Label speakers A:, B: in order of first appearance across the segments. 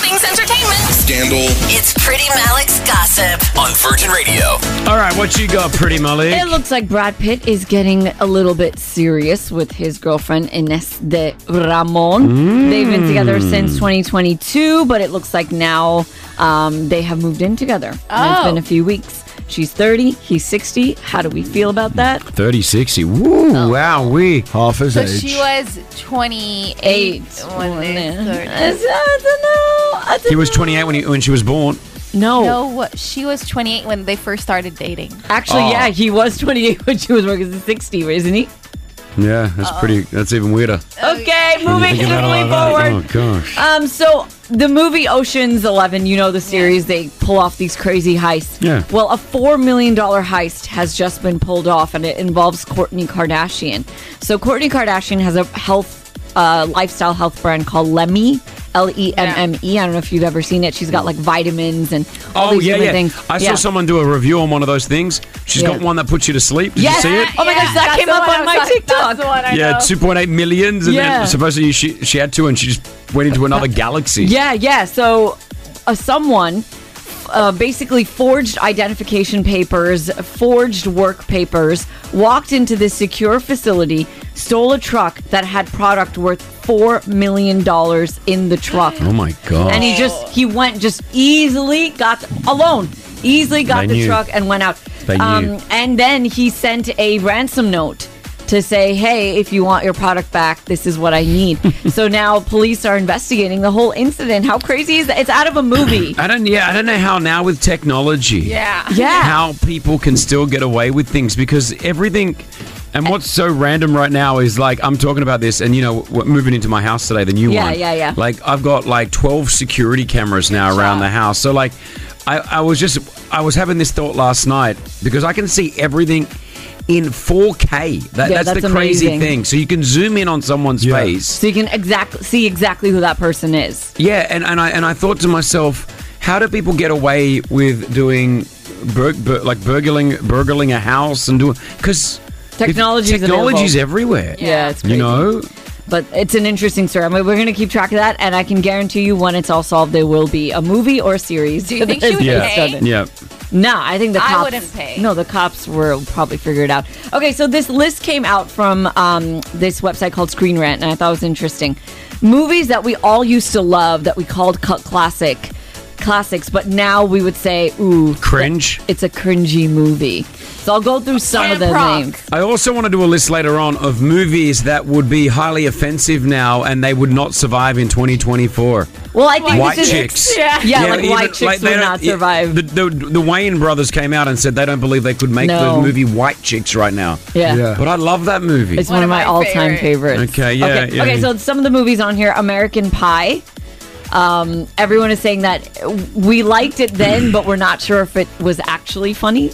A: Wings Entertainment.
B: Scandal.
C: It's Pretty Malik's Gossip.
D: on Virgin Radio.
E: All right, what you got, Pretty Molly?
F: It looks like Brad Pitt is getting a little bit serious with his girlfriend Ines de Ramon. They've been together
E: Hmm.
F: since 2022, but it looks like now um, they have moved in together. And
A: Oh.
F: it's been a few weeks. She's 30, he's 60. How do we feel about that?
E: 30, 60. Woo, wow, we half his
A: So
E: age.
A: she was 28
F: Eight.
A: when they
F: One.
A: started.
F: I don't know. I don't
E: he was
F: know.
E: 28 when, he, when she was born.
F: No.
A: No, Oh, what- she was 28 when they first started dating.
F: Actually,
E: Oh.
F: yeah, he was 28 when she was working. He's 60, isn't he?
E: Yeah, that's pretty. That's even weirder.
F: Okay,
E: When you
F: moving
E: think about all
F: swiftly
E: that,
F: forward.
E: Oh gosh.
F: Um, so the movie Ocean's Eleven, you know the series, they pull off these crazy heists.
E: Yeah.
F: Well, a four million dollar heist has just been pulled off, and it involves Courtney Kardashian. So Courtney Kardashian has a health, uh, lifestyle health brand called Lemmy. L E M M E. I don't know if you've ever seen it. She's got like vitamins and all
E: Oh
F: these
E: yeah,
F: different
E: yeah.
F: things.
E: I
F: Yeah.
E: saw someone do a review on one of those things. She's
F: Yeah.
E: got one that puts you to sleep. Did
F: Yes.
E: you see it?
F: Oh my gosh, that
A: that's
F: came
A: the
F: up
A: one I
F: on my
A: was like,
F: TikTok.
A: That's the one I
E: Yeah,
A: know.
E: 2.8 millions, and
F: Yeah.
E: then supposedly she she had to, and she just went into another galaxy.
F: Yeah, yeah. So, uh, someone uh, basically forged identification papers, forged work papers, walked into this secure facility, stole a truck that had product worth four million dollars in the truck,
E: Oh my god.
F: and he just he went just easily got alone, easily got
E: They
F: the
E: knew.
F: truck and went out. Um,
E: They knew.
F: and then he sent a ransom note. To say, hey, if you want your product back, this is what I need. so now police are investigating the whole incident. How crazy is that? It's out of a movie.
E: I don't. Yeah, I don't know how now with technology.
A: Yeah.
F: Yeah.
E: How people can still get away with things because everything. And what's so random right now is like I'm talking about this, and you know, w- moving into my house today, the new
F: Yeah,
E: one.
F: yeah, yeah.
E: Like I've got like 12 security cameras now around the house. So like, I, I was just I was having this thought last night because I can see everything in 4K. That,
F: Yeah,
E: that's, the
F: that's
E: crazy
F: amazing.
E: thing. So you can zoom in on someone's
G: Yeah.
E: face.
F: so you can exactly see exactly who that person is.
E: Yeah, and, and I and I thought to myself, how do people get away with doing bur- bur- like burgling burgling a house and doing because
F: Technology's
E: technology's
F: available.
E: everywhere.
F: Yeah, it's
E: you
F: crazy.
E: know.
F: But it's an interesting story. I mean, we're going to keep track of that, and I can guarantee you, when it's all solved, there will be a movie or a series.
A: Do you think she would
F: that's
A: pay?
F: based on it.
E: Yeah.
F: No, I think the
A: I
F: cops.
A: wouldn't pay.
F: No, the cops will probably figure it out. Okay, so this list came out from um, this website called Screen Rant, and I thought it was interesting. Movies that we all used to love that we called cult classic classics, but now we would say, ooh,
E: Cringe.
F: it's a cringy movie. So I'll go through some of
A: Camp
F: the
A: Rock.
F: names.
E: I also want to do a list later on of movies that would be highly offensive now and they would not survive in 2024.
F: Well, I think
E: White
F: this is
E: chicks.
F: Yeah, like
E: even-
F: white chicks
E: they
F: would
E: don't-
F: not
E: yeah,
F: survive.
E: The, the, the Wayne brothers came out and said they don't believe they could make
F: No.
E: the movie White Chicks right now.
F: yeah.
G: Yeah.
E: But I love that movie.
F: It's one, of my, all-time favorites.
E: Okay, yeah,
F: Okay,
E: yeah,
F: okay,
E: yeah.
F: so some of the movies on here: American Pie. Um, everyone is saying that we liked it then, but we're not sure if it was actually funny.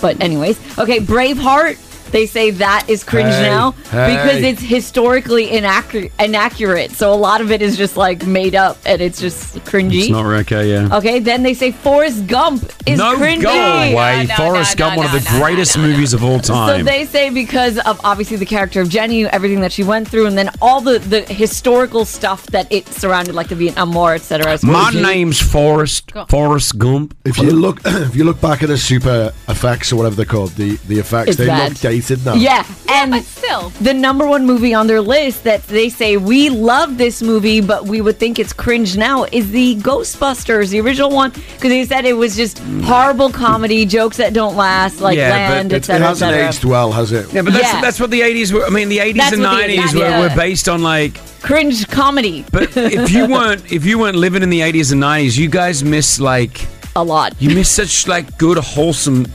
F: But anyways, okay, Braveheart. They say that is cringe
G: Hey,
F: now because
G: hey.
F: it's historically inaccurate. Inaccurate, so a lot of it is just like made up, and it's just cringy.
E: It's not okay, yeah.
F: okay, then they say Forrest Gump is
E: no
F: Oh, cringy.
E: go away.
A: no,
E: Forrest
A: no,
E: Gump,
A: no,
E: one of the
A: no, no,
E: greatest movies of all
F: So
E: time.
F: they say because of obviously the character of Jenny, everything that she went through, and then all the, the historical stuff that it surrounded, like the Vietnam War, etc.
E: My name's Forrest. Forrest Gump.
G: If you look, if you look back at the super effects or whatever they're called, the the effects
F: It's
G: they
F: bad.
G: look dated now.
F: Yeah, and
A: But still.
F: the number one movie on their list that they say we love this movie, but we would think it's cringe now is the Ghostbusters, the original one, because they said it was just horrible comedy, jokes that don't last, like
E: Yeah, but
F: land,
G: it, it
F: etc.
G: hasn't aged well, has it?
E: Yeah, but that's,
F: Yeah.
E: that's what the 80s were. I mean, the 80s
F: That's
E: and
F: what the
E: 90s
F: 80s
E: were,
F: yeah.
E: were based on like.
F: Cringe comedy
E: But if you weren't, if you weren't living in the 80s and 90s, you guys miss like
F: a lot.
E: you miss such like good wholesome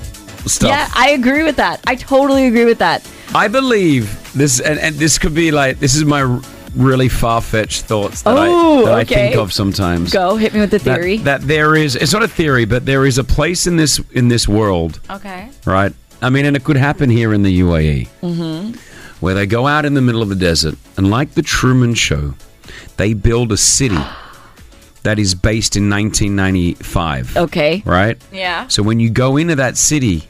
E: stuff.
F: Yeah, I agree with that. I totally agree with that.
E: I believe this, and, and this could be like this is my r- really far fetched thoughts that, I,
F: Oh,
E: that
F: okay.
E: I think of sometimes.
F: Go hit me with the
E: That-
F: theory.
E: that there is it's not a theory, but there is a place in this in this world,
A: Okay.
E: right? I mean, and it could happen here in the UAE, mm-hmm. where they go out in the middle of the desert, and like the Truman Show, they build a city that is based in 1995.
F: Okay.
E: Right?
A: Yeah.
E: So when you go into that city,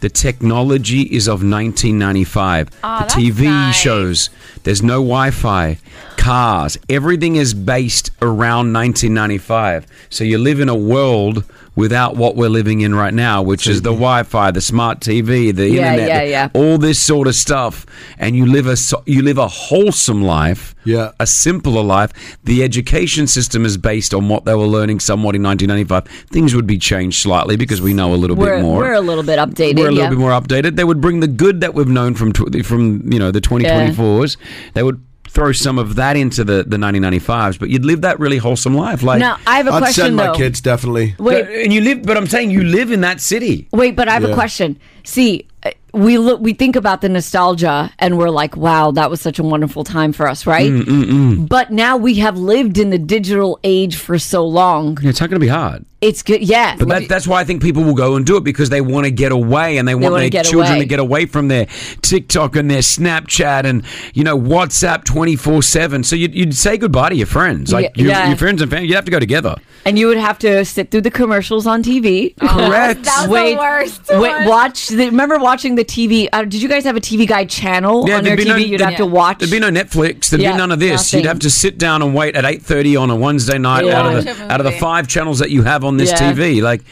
E: the technology is of 1995.
A: Aw,
E: the
A: Ah, that's
E: TV
A: nice.
E: shows, there's no Wi Fi. cars, everything is based around 1995. So you live in a world without what we're living in right now, which is the Wi-Fi, the smart TV, the
F: Yeah,
E: internet,
F: yeah,
E: the-
F: yeah.
E: all this sort of stuff. And you live a so- you live a wholesome life,
G: Yeah.
E: a simpler life. The education system is based on what they were learning somewhat in 1995. Things would be changed slightly because we know a little
F: We're,
E: bit more.
F: we're a little bit updated.
E: We're a little
F: yeah.
E: bit more updated. They would bring the good that we've known from tw- from you know the 2024s. They would throw some of that into the the 1995s, but you'd live that really wholesome life. Like
F: now, I have a
G: I'd
F: question
G: send my
F: though.
G: kids definitely.
F: Wait,
E: and you live, but I'm saying you live in that city.
F: Wait, but I have a
G: Yeah.
F: question. See, uh, we look, we think about the nostalgia, and we're like, "Wow, that was such a wonderful time for us," right?
E: Mm,
F: But now we have lived in the digital age for so long.
E: Yeah, It's not going to be hard.
F: It's good, yeah.
E: But that, that's why I think people will go and do it because they want to get away and they want
F: wanna
E: their
F: get
E: children
F: away.
E: to get away from their TikTok and their Snapchat and you know WhatsApp twenty four seven. So you'd, you'd say goodbye to your friends, like
F: Yeah.
E: your,
F: Yeah.
E: your friends and family. You'd have to go together.
F: and you would have to sit through the commercials on TV.
E: Correct.
A: Oh, That was
F: wait,
A: the worst.
F: wait,
A: one.
F: watch. The, remember watching the TV? Uh, did you guys have a TV guide channel on your
E: there'd
F: TV?
E: be no-
F: You'd have
E: there'd-
F: to watch.
E: There'd be no Netflix. There'd
F: Yeah,
E: be none of this.
F: nothing.
E: You'd have to sit down and wait at eight thirty on a Wednesday night
F: Yeah.
E: out of
A: Watch
E: the
A: a movie.
E: out of the five channels that you have on this
F: Yeah.
E: TV. Like,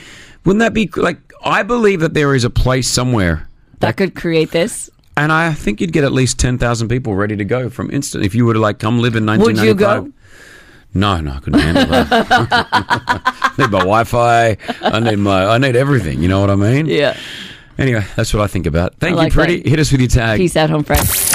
E: wouldn't that be like? I believe that there is a place somewhere.
F: that could create this.
E: And I think you'd get at least ten thousand people ready to go from instant if you were to like come live in nineteen
F: Would you
E: ninety
F: go?
E: five. No, no, I couldn't handle that. I need my Wi-Fi. I need my. I need everything. You know what I mean?
F: Yeah.
E: Anyway, that's what I think about. Thank
F: I like
E: you, pretty.
F: that.
E: Hit us with your tag.
F: Peace out, home friends.